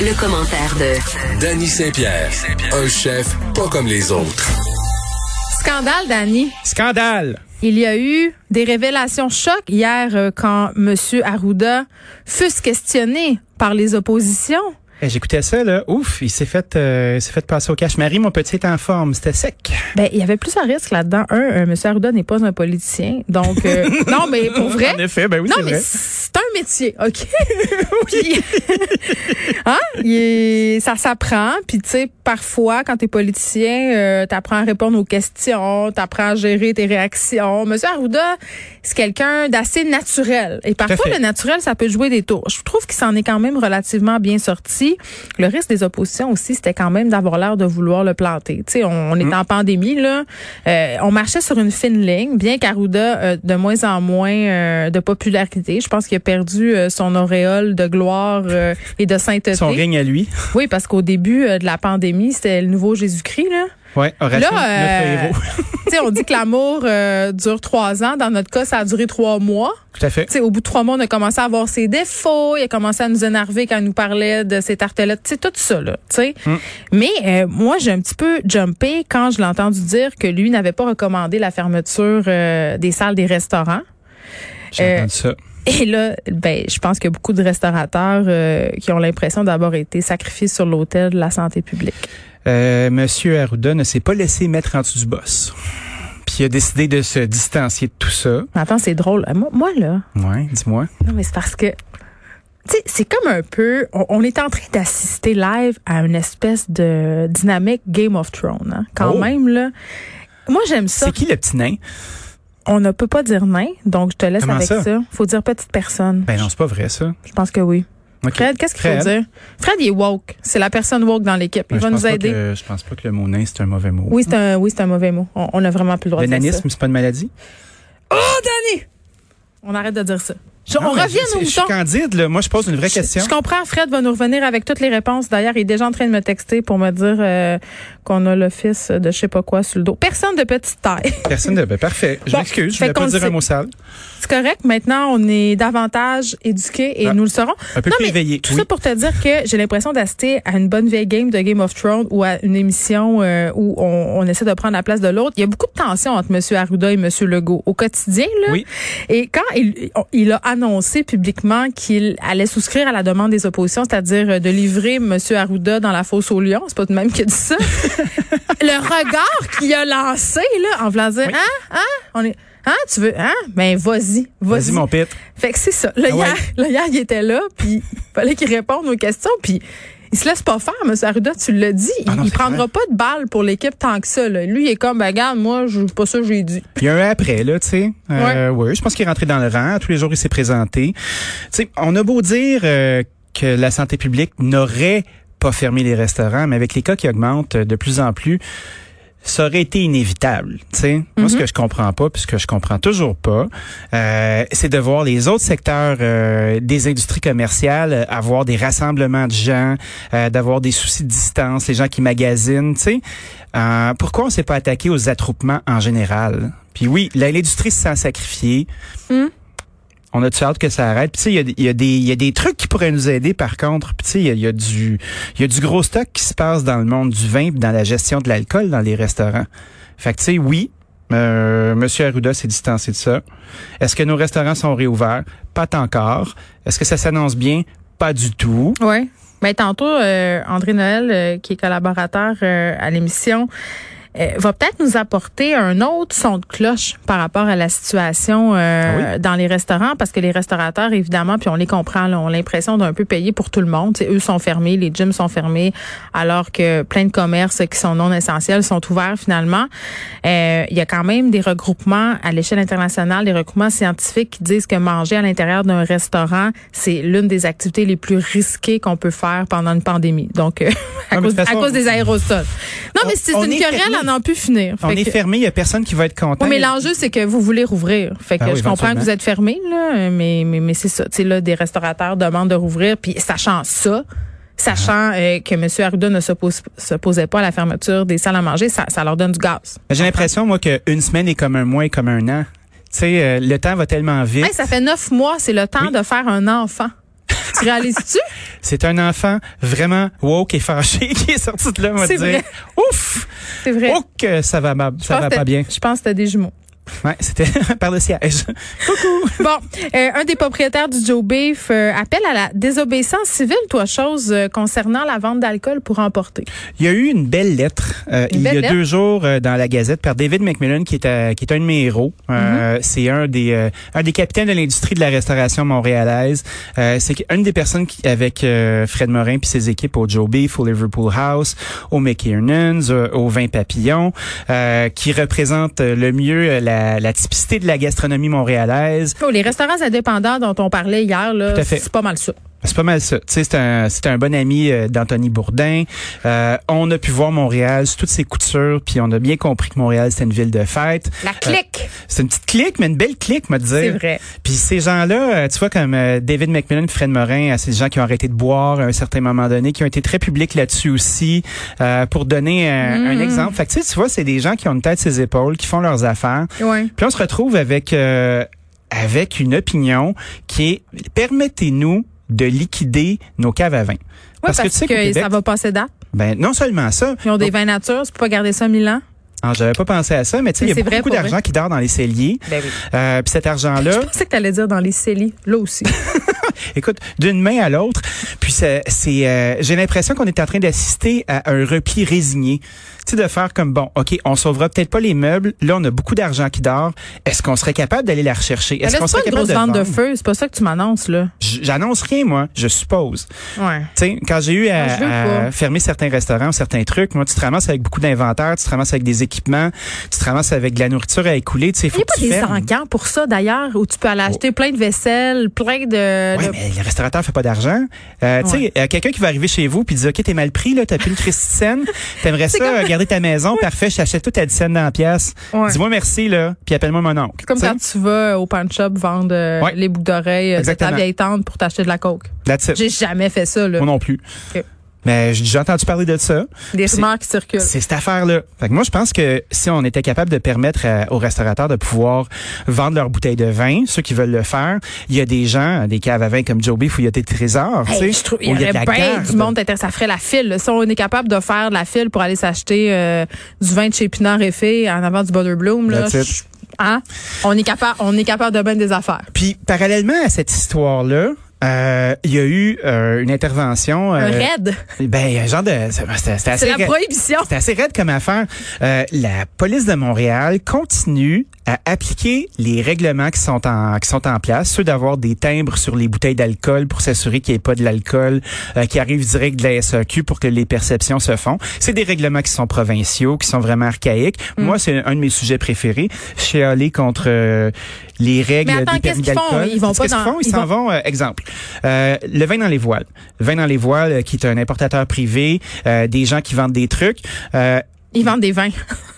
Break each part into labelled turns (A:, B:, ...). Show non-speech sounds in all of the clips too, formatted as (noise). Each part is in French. A: le commentaire de
B: Danny Saint-Pierre, un chef pas comme les autres.
C: Scandale, Danny.
D: Scandale.
C: Il y a eu des révélations choc hier euh, quand M. Arruda fut questionné par les oppositions.
D: Eh, J'écoutais ça, là. Ouf, il s'est fait, euh, il s'est fait passer au cash. Marie, mon petit est en forme. C'était sec.
C: Ben, il y avait plusieurs risques là-dedans. Un, euh, M. Arruda n'est pas un politicien, donc
D: (laughs)
C: euh, non, mais pour vrai.
D: En effet, ben oui,
C: non,
D: c'est
C: mais
D: vrai.
C: c'est un métier,
D: (laughs)
C: ok. Puis- hein, il est- ça s'apprend. Puis tu sais, parfois, quand t'es politicien, euh, t'apprends à répondre aux questions, t'apprends à gérer tes réactions. Monsieur Arruda, c'est quelqu'un d'assez naturel. Et parfois,
D: fait.
C: le naturel, ça peut jouer des tours. Je trouve qu'il s'en est quand même relativement bien sorti. Le risque des oppositions aussi, c'était quand même d'avoir l'air de vouloir le planter. Tu sais, on, on est en pandémie là. Euh, on marchait sur une fine ligne, bien qu'Arruda euh, de moins en moins euh, de popularité. Je pense qu'il a perdu euh, son auréole de gloire euh, et de sainteté.
D: Son ring à lui.
C: Oui, parce qu'au début euh, de la pandémie, c'était le nouveau Jésus-Christ là. (laughs)
D: Ouais, Horatio,
C: Là,
D: notre
C: euh,
D: héros. (laughs)
C: tu sais, on dit que l'amour euh, dure trois ans. Dans notre cas, ça a duré trois mois.
D: Tout à fait.
C: Tu sais, au bout de trois mois, on a commencé à avoir ses défauts. Il a commencé à nous énerver quand il nous parlait de ses tartelettes. Tu sais, tout ça, là. tu sais. Mais euh, moi, j'ai un petit peu jumpé quand je l'ai entendu dire que lui n'avait pas recommandé la fermeture euh, des salles des restaurants.
D: J'ai
C: euh,
D: entendu ça.
C: Et là, ben, je pense qu'il y a beaucoup de restaurateurs euh, qui ont l'impression d'avoir été sacrifiés sur l'autel de la santé publique.
D: Euh, Monsieur Arruda ne s'est pas laissé mettre en dessous du boss. Puis il a décidé de se distancier de tout ça.
C: Mais Attends, c'est drôle. Euh, Moi, moi là,
D: Ouais, dis-moi.
C: Non, mais c'est parce que. Tu sais, c'est comme un peu. On, on est en train d'assister live à une espèce de dynamique Game of Thrones, hein. quand
D: Oh.
C: même, là. Moi, j'aime ça.
D: C'est qui le petit nain?
C: On ne peut pas dire nain, donc je te laisse
D: Comment
C: avec
D: ça?
C: ça? Faut dire petite personne.
D: Ben non, c'est pas vrai, ça.
C: Je pense que oui.
D: Ok. Ben,
C: Fred, qu'est-ce qu'il faut
D: Fred.
C: dire? Fred, il est woke. C'est la personne woke dans l'équipe. Il
D: Ben, je
C: va
D: pense
C: nous
D: pas
C: aider.
D: que- je pense pas que le mot nain, c'est un mauvais mot.
C: Oui, c'est un, oui, c'est un mauvais mot. On, on a vraiment plus le droit
D: Le
C: de dire ça.
D: nanisme, c'est pas une maladie?
C: Oh, Danny! On arrête de dire ça. Je-
D: Non,
C: on
D: mais
C: revient
D: je-
C: au
D: Je suis
C: mouton.
D: candide, là. Moi, je pose une vraie question.
C: Je comprends, Fred va nous revenir avec toutes les réponses. D'ailleurs, il est déjà en train de me texter pour me dire euh, qu'on a l'office de je sais pas quoi sur le dos. Personne de petite taille. (laughs)
D: Personne de. Ben, parfait. Je
C: Bon,
D: m'excuse, je
C: fait
D: voulais
C: qu'on
D: pas
C: le
D: dire
C: sait.
D: un mot sale.
C: C'est correct. Maintenant, on est davantage éduqués et
D: Ah.
C: nous le serons.
D: Un peu
C: Non,
D: plus
C: mais
D: éveillé.
C: Tout
D: oui.
C: ça pour te dire que j'ai l'impression d'assister à une bonne vieille game de Game of Thrones ou à une émission euh, où on, on essaie de prendre la place de l'autre. Il y a beaucoup de tension entre M. Arruda et M. Legault au quotidien. Là,
D: Oui.
C: Et quand il, on- il a annoncé publiquement qu'il allait souscrire à la demande des oppositions, c'est-à-dire euh, de livrer M. Arruda dans la fosse au lion, c'est pas de même qui a dit
D: (laughs)
C: ça. Le regard qu'il a lancé là, en voulant dire Hein? Hein? On est, hein? Tu veux? Hein? Ben, vas-y.
D: Vas-y,
C: Vas-y.
D: mon pit.
C: Fait que c'est ça. Le,
D: Ah ouais.
C: hier, le hier, il était là, puis il fallait qu'il réponde aux questions, puis il se laisse pas faire, M. Arruda, tu l'as dit. Il,
D: Ah non,
C: il
D: c'est
C: prendra pas de balles pour l'équipe tant que ça. là. Lui, il est comme, ben, regarde, moi, je pas ça, j'ai dit.
D: Il y a un après, là, tu sais. Euh, ouais. je pense qu'il est rentré dans le rang. Tous les jours, il s'est présenté. Tu sais, on a beau dire euh, que la santé publique n'aurait pas fermé les restaurants, mais avec les cas qui augmentent euh, de plus en plus, ça aurait été inévitable. tu sais. Moi, ce que je comprends pas, puis ce que je comprends toujours pas, euh, c'est de voir les autres secteurs euh, des industries commerciales euh, avoir des rassemblements de gens, euh, d'avoir des soucis de distance, les gens qui magasinent. tu sais. Euh, pourquoi on s'est pas attaqué aux attroupements en général? Puis oui, la- l'industrie se sent sacrifiée.
C: Hmm?
D: On a-tu hâte que ça arrête? Puis tu sais, il y a des- il y, a des- il y a des trucs qui pourraient nous aider, par contre. Puis tu sais, il y a- il y, a du il y a du gros stock qui se passe dans le monde du vin puis dans la gestion de l'alcool dans les restaurants. Fait que tu sais, oui, euh, Monsieur Arruda s'est distancé de ça. Est-ce que nos restaurants sont réouverts? Pas encore. Est-ce que ça s'annonce bien? Pas du tout.
C: Oui. Mais tantôt, euh, André Noël, euh, qui est collaborateur euh, à l'émission, euh, va peut-être nous apporter un autre son de cloche par rapport à la situation euh,
D: Ah
C: dans les restaurants, parce que les restaurateurs, évidemment, puis on les comprend, là, ont l'impression d'un peu payer pour tout le monde. Tu sais, eux sont fermés, les gyms sont fermés, alors que plein de commerces qui sont non essentiels sont ouverts finalement. Euh, Il y a quand même des regroupements à l'échelle internationale, des regroupements scientifiques qui disent que manger à l'intérieur d'un restaurant, c'est l'une des activités les plus risquées qu'on peut faire pendant une pandémie. Donc, euh, (laughs) à,
D: Ah, mais de
C: cause,
D: toute façon,
C: à cause des aérosols. Non,
D: on-
C: mais c'est
D: on
C: une
D: est
C: querelle
D: fermé.
C: à n'en plus finir.
D: On
C: Fait
D: est
C: que-
D: fermé, il y a personne qui va être content.
C: oui, mais l'enjeu, c'est que vous voulez rouvrir. Fait que
D: Ah oui,
C: je comprends que
D: éventuellement.
C: vous êtes fermé, là, mais, mais, mais c'est ça. Tu sais, là, des restaurateurs demandent de rouvrir, puis sachant ça, sachant
D: Ah.
C: euh, que M. Arruda ne s'oppose- s'opposait pas à la fermeture des salles à manger, ça, ça leur donne du gaz.
D: Mais J'ai l'impression, moi, qu'une semaine est comme un mois et comme un an. Tu sais, euh, le temps va tellement vite.
C: Hey, ça fait neuf mois, c'est le temps
D: Oui. (laughs)
C: de faire un enfant. tu réalises-tu?
D: c'est un enfant vraiment woke et fâché (laughs) qui est sorti de là, on va
C: C'est
D: dire.
C: vrai.
D: Ouf!
C: C'est vrai.
D: Oh que ça va, ma-
C: Je
D: ça
C: pense
D: va
C: que
D: pas
C: t'as-
D: bien.
C: Je pense que t'as des
D: (laughs)
C: jumeaux.
D: Ouais, c'était par le siège.
C: Bon, euh, un des propriétaires du Joe Beef euh, appelle à la désobéissance civile, toi, chose euh, concernant la vente d'alcool pour emporter.
D: Il y a eu une belle lettre euh,
C: Une
D: il y a
C: belle lettre?
D: deux jours euh, dans la Gazette par David McMillan qui est euh, qui est un de mes héros.
C: Mm-hmm.
D: Euh, C'est un des euh, un des capitaines de l'industrie de la restauration montréalaise. Euh, C'est une des personnes qui, avec euh, Fred Morin puis ses équipes au Joe Beef, au Liverpool House, au McKiernan's, euh, au Vin Papillon, euh, qui représente euh, le mieux euh, la, la typicité de la gastronomie montréalaise.
C: Oh, les restaurants indépendants dont on parlait hier,
D: Tout
C: là,
D: à fait.
C: c'est pas mal ça.
D: C'est pas mal ça. Tu sais, c'est un, c'est un bon ami euh, d'Anthony Bourdin. Euh, on a pu voir Montréal, sous toutes ses coutures, puis on a bien compris que Montréal, c'était une ville de fête.
C: La clique,
D: C'est une petite clique, mais une belle clique, me dire.
C: c'est vrai.
D: Puis ces gens-là, euh, tu vois, comme euh, David McMillan et Fred Morin, euh, c'est des gens qui ont arrêté de boire à un certain moment donné, qui ont été très publics là-dessus aussi, euh, pour donner un,
C: Mm.
D: un exemple. Fait que tu sais, tu vois, c'est des gens qui ont une tête sur les épaules, qui font leurs affaires.
C: Ouais.
D: Puis on se retrouve avec euh, avec une opinion qui est permettez-nous de liquider nos caves à vin.
C: Ouais, parce,
D: que tu sais
C: que,
D: qu'au Québec,
C: ça va passer date.
D: ben non seulement ça,
C: Ils ont des vins nature, c'est pour pas garder ça mille ans.
D: alors, j'avais pas pensé à ça, mais tu sais
C: Mais
D: il y a
C: c'est
D: beaucoup,
C: vrai, Ben,
D: beaucoup
C: pour
D: d'argent qui dort dans les celliers.
C: Ben oui.
D: Euh, puis cet
C: Je
D: argent-là,
C: pensais que t'allais dire dans les scellés, là aussi.
D: écoute, d'une main à l'autre, puis ça- c'est euh, j'ai l'impression qu'on est en train d'assister à un repli résigné. Tu sais de faire comme bon, OK, on sauvera peut-être pas les meubles, là on a beaucoup d'argent qui dort, est-ce qu'on serait capable d'aller la rechercher
C: Mais Ben là,
D: Est-ce
C: c'est
D: qu'on
C: pas
D: serait
C: une
D: capable
C: grosse vente
D: de
C: de
D: vendre?
C: feu, c'est pas ça que tu m'annonces, là.
D: J- J'annonce rien moi, je suppose.
C: Ouais.
D: Tu sais, quand j'ai eu
C: Non, Ah, je veux
D: à,
C: pas.
D: à fermer certains restaurants, certains trucs, moi, tu te ramasses avec beaucoup d'inventaire, tu te ramasses avec des équipements, tu te ramasses avec de la nourriture à écouler, tu sais,
C: Il
D: faut
C: n'y a
D: que
C: pas
D: tu
C: des
D: fermes.
C: encans pour ça, d'ailleurs, où tu peux aller acheter plein de vaisselle, plein de...
D: Ouais,
C: de-
D: mais le restaurateur fait pas d'argent. Euh, tu sais,
C: Ouais.
D: euh, quelqu'un qui va arriver chez vous puis dire, OK, t'es mal pris, là, t'as plus une Christine, t'aimerais ça euh, garder ta maison, parfait, je t'achète tout à 10 cents dans la pièce.
C: Ouais.
D: Dis-moi merci, là, puis appelle-moi mon oncle.
C: Comme
D: Tu sais,
C: quand tu vas au pan shop vendre euh,
D: Ouais.
C: les boucles d'oreilles euh, de ta
D: Exactement.
C: vieille tante pour t'acheter de la coke.
D: that's it.
C: J'ai jamais fait ça, là.
D: Moi non plus.
C: Ok.
D: Mais j'ai déjà entendu parler de ça.
C: Des
D: C'est-
C: rumeurs qui circulent.
D: C'est cette affaire-là. Fait que moi, je pense que si on était capable de permettre à- aux restaurateurs de pouvoir vendre leurs bouteilles de vin, ceux qui veulent le faire, il y a des gens, des caves à vin comme Joe Beef où il y a des trésors, tu
C: Hey,
D: sais,
C: je trouve,
D: où
C: il y
D: a de
C: aurait
D: la
C: bien
D: garde.
C: du monde intéressé. Ça ferait la file. là. Si on est capable de faire de la file pour aller s'acheter euh, du vin de chez Pinard et Fée en avant du Butterbloom, là,
D: That's it.
C: je- hein? on est capable, on est capable de bien des affaires.
D: Puis, parallèlement à cette histoire-là, euh, il y a eu euh, une intervention.
C: Un
D: euh,
C: raid,
D: ben, un genre de. c'était- C'était c'était assez
C: c'est la
D: ra-
C: prohibition.
D: C'est assez raide comme affaire. Euh, la police de Montréal continue à appliquer les règlements qui sont en qui sont en place, ceux d'avoir des timbres sur les bouteilles d'alcool pour s'assurer qu'il n'y ait pas de l'alcool euh, qui arrive direct de la SAQ pour que les perceptions se font. C'est des règlements qui sont provinciaux, qui sont vraiment archaïques. Moi, c'est un de mes sujets préférés. Je suis allé contre euh, les règles
C: Mais attends,
D: des permis
C: qu'est-ce qu'ils font?
D: d'alcool.
C: Ils vont
D: Qu'est-ce
C: pas
D: qu'ils
C: dans-
D: font? Ils
C: ils
D: s'en
C: vont-
D: vont, euh, exemple. Euh, le vin dans les voiles. Vin dans les voiles, euh, qui est un importateur privé, euh, des gens qui vendent des trucs. Euh,
C: Ils vendent des vins,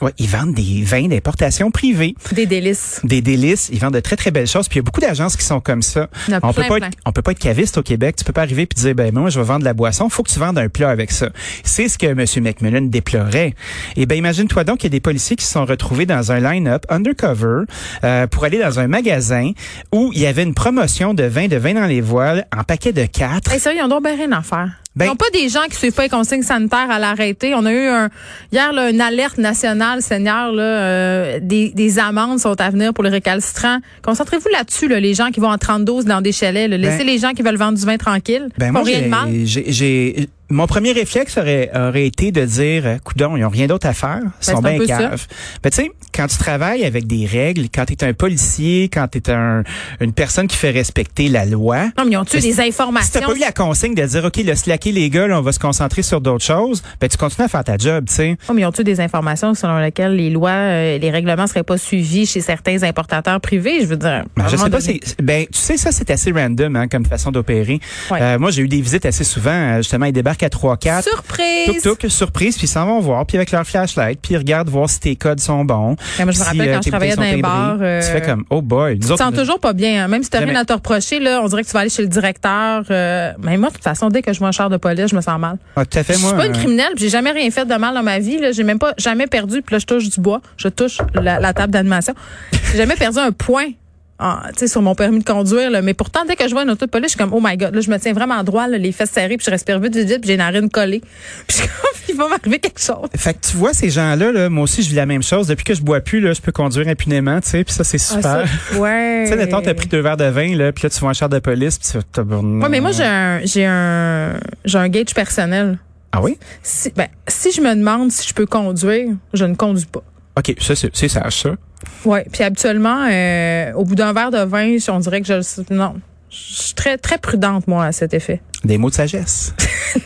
D: ouais, ils vendent des vins d'importation privée,
C: des délices.
D: des délices. Ils vendent de très très belles choses. Puis il y a beaucoup d'agences qui sont comme ça.
C: Il y en a
D: on
C: plein,
D: peut pas
C: plein.
D: Être, on peut pas être caviste au Québec. Tu peux pas arriver puis dire ben moi je vais vendre de la boisson. Faut que tu vendes un plat avec ça. C'est ce que Monsieur McMillan déplorait. Et ben imagine-toi donc qu'il y a des policiers qui se sont retrouvés dans un line-up undercover euh, pour aller dans un magasin où il y avait une promotion de vin de vin dans les voiles en paquet de quatre.
C: Hey, sérieux, ils ont donc bien rien à faire.
D: Ben-
C: ils n'ont pas des gens qui suivent pas les consignes sanitaires à l'arrêté. On a eu un, hier là, une alerte nationale, Seigneur, là, euh, des, des amendes sont à venir pour les récalcitrants. Concentrez-vous là-dessus, là, les gens qui vont en 32 dans des chalets. là. Laissez
D: Ben-
C: les gens qui veulent vendre du vin tranquille.
D: Ben
C: Ils
D: moi,
C: font rien de mal.
D: j'ai- j'ai, j'ai- mon premier réflexe aurait, aurait été de dire, euh, coudon, ils ont rien d'autre à faire, ils sont
C: c'est un
D: bien
C: peu
D: caves. Ben, tu sais, quand tu travailles avec des règles, quand tu es un policier, quand tu es un, une personne qui fait respecter la loi,
C: Non, mais ils ont tué des
D: si t'as
C: informations.
D: pas eu la consigne de dire, OK, le slacker les gars, là, on va se concentrer sur d'autres choses, ben, tu continues à faire ta job, tu sais.
C: Non, Oh, mais ils ont tué des informations selon lesquelles les lois, euh, les règlements seraient pas suivis chez certains importateurs privés. Je veux dire.
D: Ben,
C: à un
D: je sais
C: moment
D: pas
C: donné.
D: si ben tu sais ça c'est assez random hein, comme façon d'opérer.
C: Ouais.
D: Euh, moi j'ai eu des visites assez souvent euh, justement ils débarquent à 3 4
C: Surprise.
D: Toc toc, surprise, puis ils s'en vont voir, puis avec leur flashlight, puis ils regardent voir si tes codes sont bons.
C: Mais moi, je me
D: si,
C: rappelle
D: euh,
C: quand je
D: tes
C: travaillais
D: bouteilles sont
C: dans un bar,
D: timbrées.
C: euh,
D: tu fais comme, oh boy, nous
C: Tu te
D: autres,
C: sens
D: on a-
C: toujours pas bien. hein. Même si t'as
D: Jamais.
C: rien à te reprocher, là, on dirait que tu vas aller chez le directeur. euh, mais moi, de toute façon, dès que je vois un char de police, je me sens mal.
D: Ah, tout à
C: Je
D: fait,
C: suis
D: moi.
C: pas
D: euh,
C: une criminelle, puis j'ai jamais rien fait de mal dans ma vie. là. J'ai même pas jamais perdu. Puis là, je touche du bois, je touche la, la table d'animation. J'ai jamais perdu un point en- tu sais, sur mon permis de conduire, là. mais pourtant, dès que je vois une auto de police, je suis comme, oh my God, là, je me tiens vraiment droit, là, les fesses serrées, puis je respire vite, vite, vite, puis j'ai les narines collées. (laughs) Puis je suis comme, il va m'arriver quelque chose.
D: Fait que tu vois ces gens-là, là, moi aussi je vis la même chose. Depuis que je bois plus, là, je peux conduire impunément, tu sais, puis ça c'est super.
C: Ah, ça, ouais.
D: Tu sais, mettons, t'as pris deux verres de vin, là, puis là, tu vas en char de police, puis t'as...
C: Ouais, mais moi, j'ai un, j'ai un, j'ai un gauge personnel.
D: Ah oui?
C: Si, ben, si je me demande si je peux conduire, je ne conduis pas.
D: OK, ça, c'est c'est sage, ça.
C: Ouais. Puis habituellement, euh, au bout d'un verre de vin, on dirait que je le- non. Je suis très, très prudente, moi, à cet effet. (laughs)
D: Des mots de sagesse.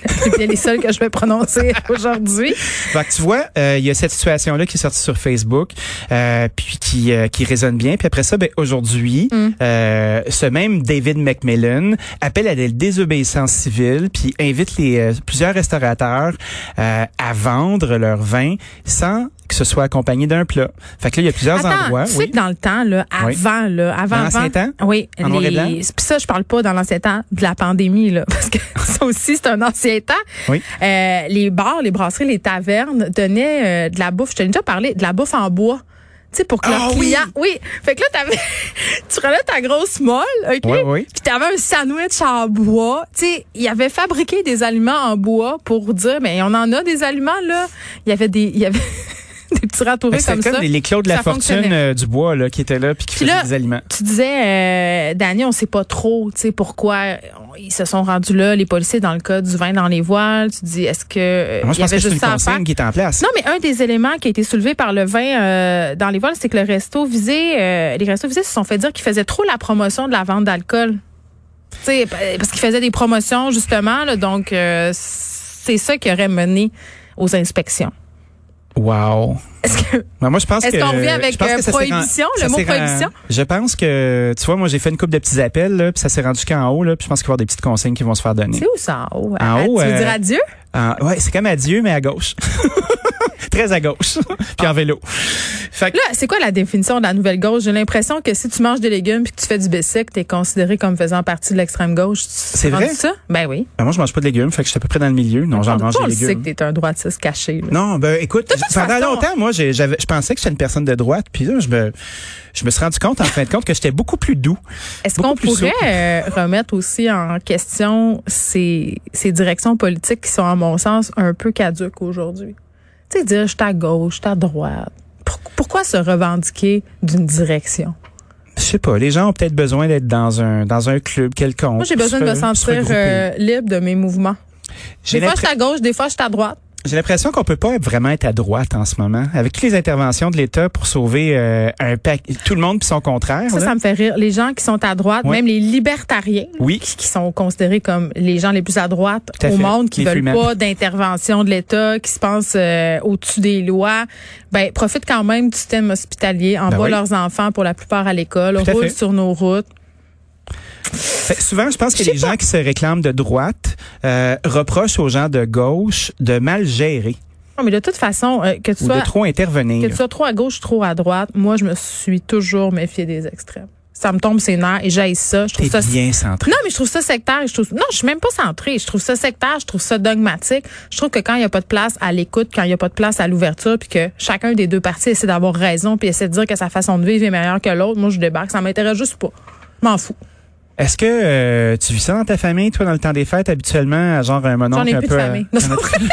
C: C'est bien les seuls que je vais prononcer (laughs) aujourd'hui.
D: Fait que tu vois, euh, il y a cette situation-là qui est sortie sur Facebook, euh, puis qui, euh, qui résonne bien. Puis après ça, ben, aujourd'hui,
C: Mm.
D: euh, ce même David McMillan appelle à la désobéissance civile, puis invite les euh, plusieurs restaurateurs euh, à vendre leur vin sans que ce soit accompagné d'un plat. Fait que là, il y a plusieurs
C: Attends,
D: endroits.
C: tu
D: oui.
C: sais que dans le temps, là,
D: Oui.
C: avant, là, avant,
D: Dans l'ancien
C: avant-
D: temps?
C: oui,
D: En noir et blanc?
C: Puis ça, je parle pas dans l'ancien temps de la pandémie, là, (laughs) parce que ça aussi, c'est un ancien temps.
D: Oui.
C: Euh, les bars, les brasseries, les tavernes donnaient euh, de la bouffe. Je t'ai déjà parlé de la bouffe en bois. Tu sais, pour que leurs
D: Ah oui!
C: clients- Oui. Fait que là, t'avais, (laughs) tu prenais ta grosse molle, OK?
D: Oui, oui.
C: Puis t'avais un sandwich en bois. Tu sais, ils avaient fabriqué des aliments en bois pour dire, mais on en a des aliments, là. Il y avait des, il y avait (laughs) des petits
D: Fait
C: râteaux
D: que
C: comme
D: C'est
C: ça.
D: comme les, les Claude de
C: Ça
D: la fortune
C: fonctionnait.
D: euh, du bois là, qui était là puis qui
C: Puis
D: faisait
C: là,
D: des aliments.
C: Tu disais, euh, Dani, on sait pas trop, tu sais, pourquoi on- ils se sont rendus là, les policiers, dans le cas du vin dans les voiles. Tu dis, est-ce que euh,
D: Moi,
C: il
D: je
C: y
D: pense
C: avait
D: que c'est
C: juste
D: une
C: ça à faire?
D: consigne qui est en place.
C: Non, mais un des éléments qui a été soulevé par le vin euh, dans les voiles, c'est que le resto visé, euh, les restos visés se sont fait dire qu'ils faisaient trop la promotion de la vente d'alcool. Tu sais, pa- parce qu'ils faisaient des promotions, justement, là, donc euh, c'est ça qui aurait mené aux inspections.
D: Wow.
C: Est-ce que
D: Ben, moi, je pense
C: Est-ce
D: que-
C: qu'on revient avec,
D: je pense
C: euh,
D: que ça s'est ren-
C: prohibition, le
D: ça
C: mot
D: s'est ren-
C: prohibition?
D: Je pense que, tu vois, moi, j'ai fait une couple de petits appels, là, puis ça s'est rendu qu'en haut, là, puis je pense qu'il va y avoir des petites consignes qui vont se faire donner.
C: c'est où ça en haut?
D: En
C: Ah,
D: haut,
C: tu veux
D: euh,
C: dire adieu?
D: Ah, ouais, c'est comme adieu, mais à gauche. (laughs) Très à gauche. (laughs) puis en vélo. Fait que,
C: Ah. Là, c'est quoi la définition de la nouvelle gauche? J'ai l'impression que si tu manges des légumes puis que tu fais du tu t'es considéré comme faisant partie de l'extrême gauche. C'est
D: vrai?
C: Ça? Ben oui.
D: ben, moi, je mange pas de légumes, fait que je suis à peu près dans le milieu. Non, j'en
C: Tout
D: mange
C: Ah, le
D: des
C: monde sait que
D: légumes.
C: t'es un droitiste caché. là.
D: Non, ben écoute,
C: toute
D: pendant
C: façon-
D: longtemps, moi, j'ai- j'avais, je pensais que j'étais une personne de droite, puis là, je me, je me suis rendu compte, en fin de compte, que j'étais beaucoup plus doux.
C: Est-ce
D: beaucoup
C: qu'on
D: plus
C: pourrait
D: souple.
C: euh, remettre aussi en question ces, ces directions politiques qui sont, à mon sens, un peu caduques aujourd'hui? Tu sais, dire je suis à gauche, je suis à droite. Pour- pourquoi se revendiquer d'une direction?
D: Je sais pas, les gens ont peut-être besoin d'être dans un dans un club quelconque.
C: Moi, j'ai besoin
D: se
C: de me
D: re- se
C: sentir
D: regrouper.
C: euh, libre de mes mouvements.
D: J'ai
C: Des fois, je
D: l'impr-
C: suis à gauche, des fois, je suis à droite.
D: j'ai l'impression qu'on peut pas être- vraiment être à droite en ce moment, avec toutes les interventions de l'État pour sauver euh, un paquet, tout le monde puis son contraire.
C: Ça,
D: là.
C: ça me fait rire. Les gens qui sont à droite,
D: Ouais.
C: même les libertariens,
D: Oui.
C: qui, qui sont considérés comme les gens les plus à droite
D: Tout à
C: au
D: fait.
C: monde, qui
D: Les
C: veulent
D: freemen.
C: pas d'intervention de l'État, qui se pensent euh, au-dessus des lois, ben profitent quand même du système hospitalier, envoient
D: Ben oui.
C: leurs enfants pour la plupart à l'école,
D: Tout à
C: roulent
D: fait.
C: sur nos routes.
D: Fait- souvent, je pense que
C: Je sais
D: les gens qui se réclament de droite euh, reprochent aux gens de gauche de mal gérer
C: Non, mais de toute façon, euh, que tu
D: ou
C: sois
D: de trop
C: que
D: intervenir.
C: tu sois trop à gauche, trop à droite, moi je me suis toujours méfiée des extrêmes. Ça me tombe ses nerfs et j'aille ça. Je trouve
D: T'es
C: ça
D: bien centré.
C: Non, mais je trouve ça sectaire. Je trouve... Non, je suis même pas centrée. Je trouve ça sectaire, je trouve ça dogmatique. Je trouve que quand il n'y a pas de place à l'écoute, quand il n'y a pas de place à l'ouverture, puis que chacun des deux parties essaie d'avoir raison, puis essaie de dire que sa façon de vivre est meilleure que l'autre, moi, je débarque. Ça m'intéresse juste pas. Je m'en fous.
D: Est-ce que euh, tu vis ça dans ta famille, toi, dans le temps des fêtes, habituellement, à genre un
C: J'en
D: mononcle
C: ai
D: un
C: plus de
D: peu... euh,
C: famille. Non, c'est pas vrai. (laughs)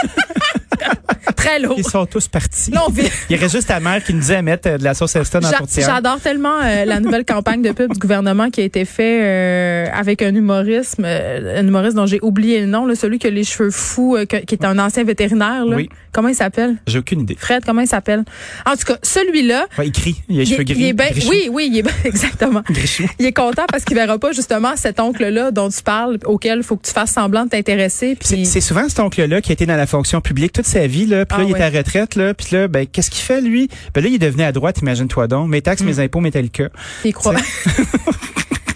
C: Très lourd.
D: Ils sont tous partis.
C: Là, on vit-
D: Il reste juste ta mère qui nous disait à mettre euh, de la sauce Eston dans
C: J'a-
D: la tourtière.
C: J'adore tellement euh, la nouvelle campagne de pub du gouvernement qui a été faite euh, avec un humorisme, euh, un humoriste dont j'ai oublié le nom, là, celui qui a les cheveux fous, euh, que- qui est un ancien vétérinaire. Là.
D: Oui.
C: Comment il s'appelle?
D: J'ai aucune idée.
C: Fred, comment il s'appelle? En tout cas, celui-là.
D: Enfin, il crie, il a les
C: Il,
D: cheveux
C: il
D: gris.
C: est bien,
D: Grichou.
C: oui, oui, il est bien, (laughs) exactement.
D: Grichou.
C: Il est content parce qu'il verra pas justement cet oncle-là dont tu parles, auquel faut que tu fasses semblant de t'intéresser.
D: C'est
C: Puis
D: c'est souvent cet oncle-là qui a été dans la fonction publique toute sa vie, là, puis là,
C: Ah
D: il
C: ouais.
D: est à la retraite, là, puis là, ben, qu'est-ce qu'il fait, lui? Ben là, il est devenu à droite, imagine-toi donc. Mes taxes,
C: Hmm.
D: mes impôts, mes tel cas.
C: il croit, (laughs)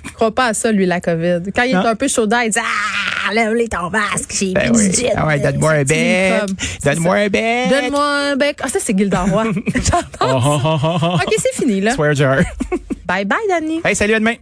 C: il croit pas à ça lui la COVID. Quand il est
D: Non.
C: un peu chaud il dit ah lève-les ton masque, j'ai bu du gin.
D: Ah ouais, donne-moi un
C: C'est
D: bec.
C: microbe.
D: Donne-moi un bec.
C: Donne-moi un bec. Ah ça c'est Gilda
D: (laughs)
C: Roy. J'entends.
D: Oh, oh, oh, oh, oh.
C: ok c'est fini là.
D: Swear jar.
C: Bye bye Dani.
D: Hey, salut à demain.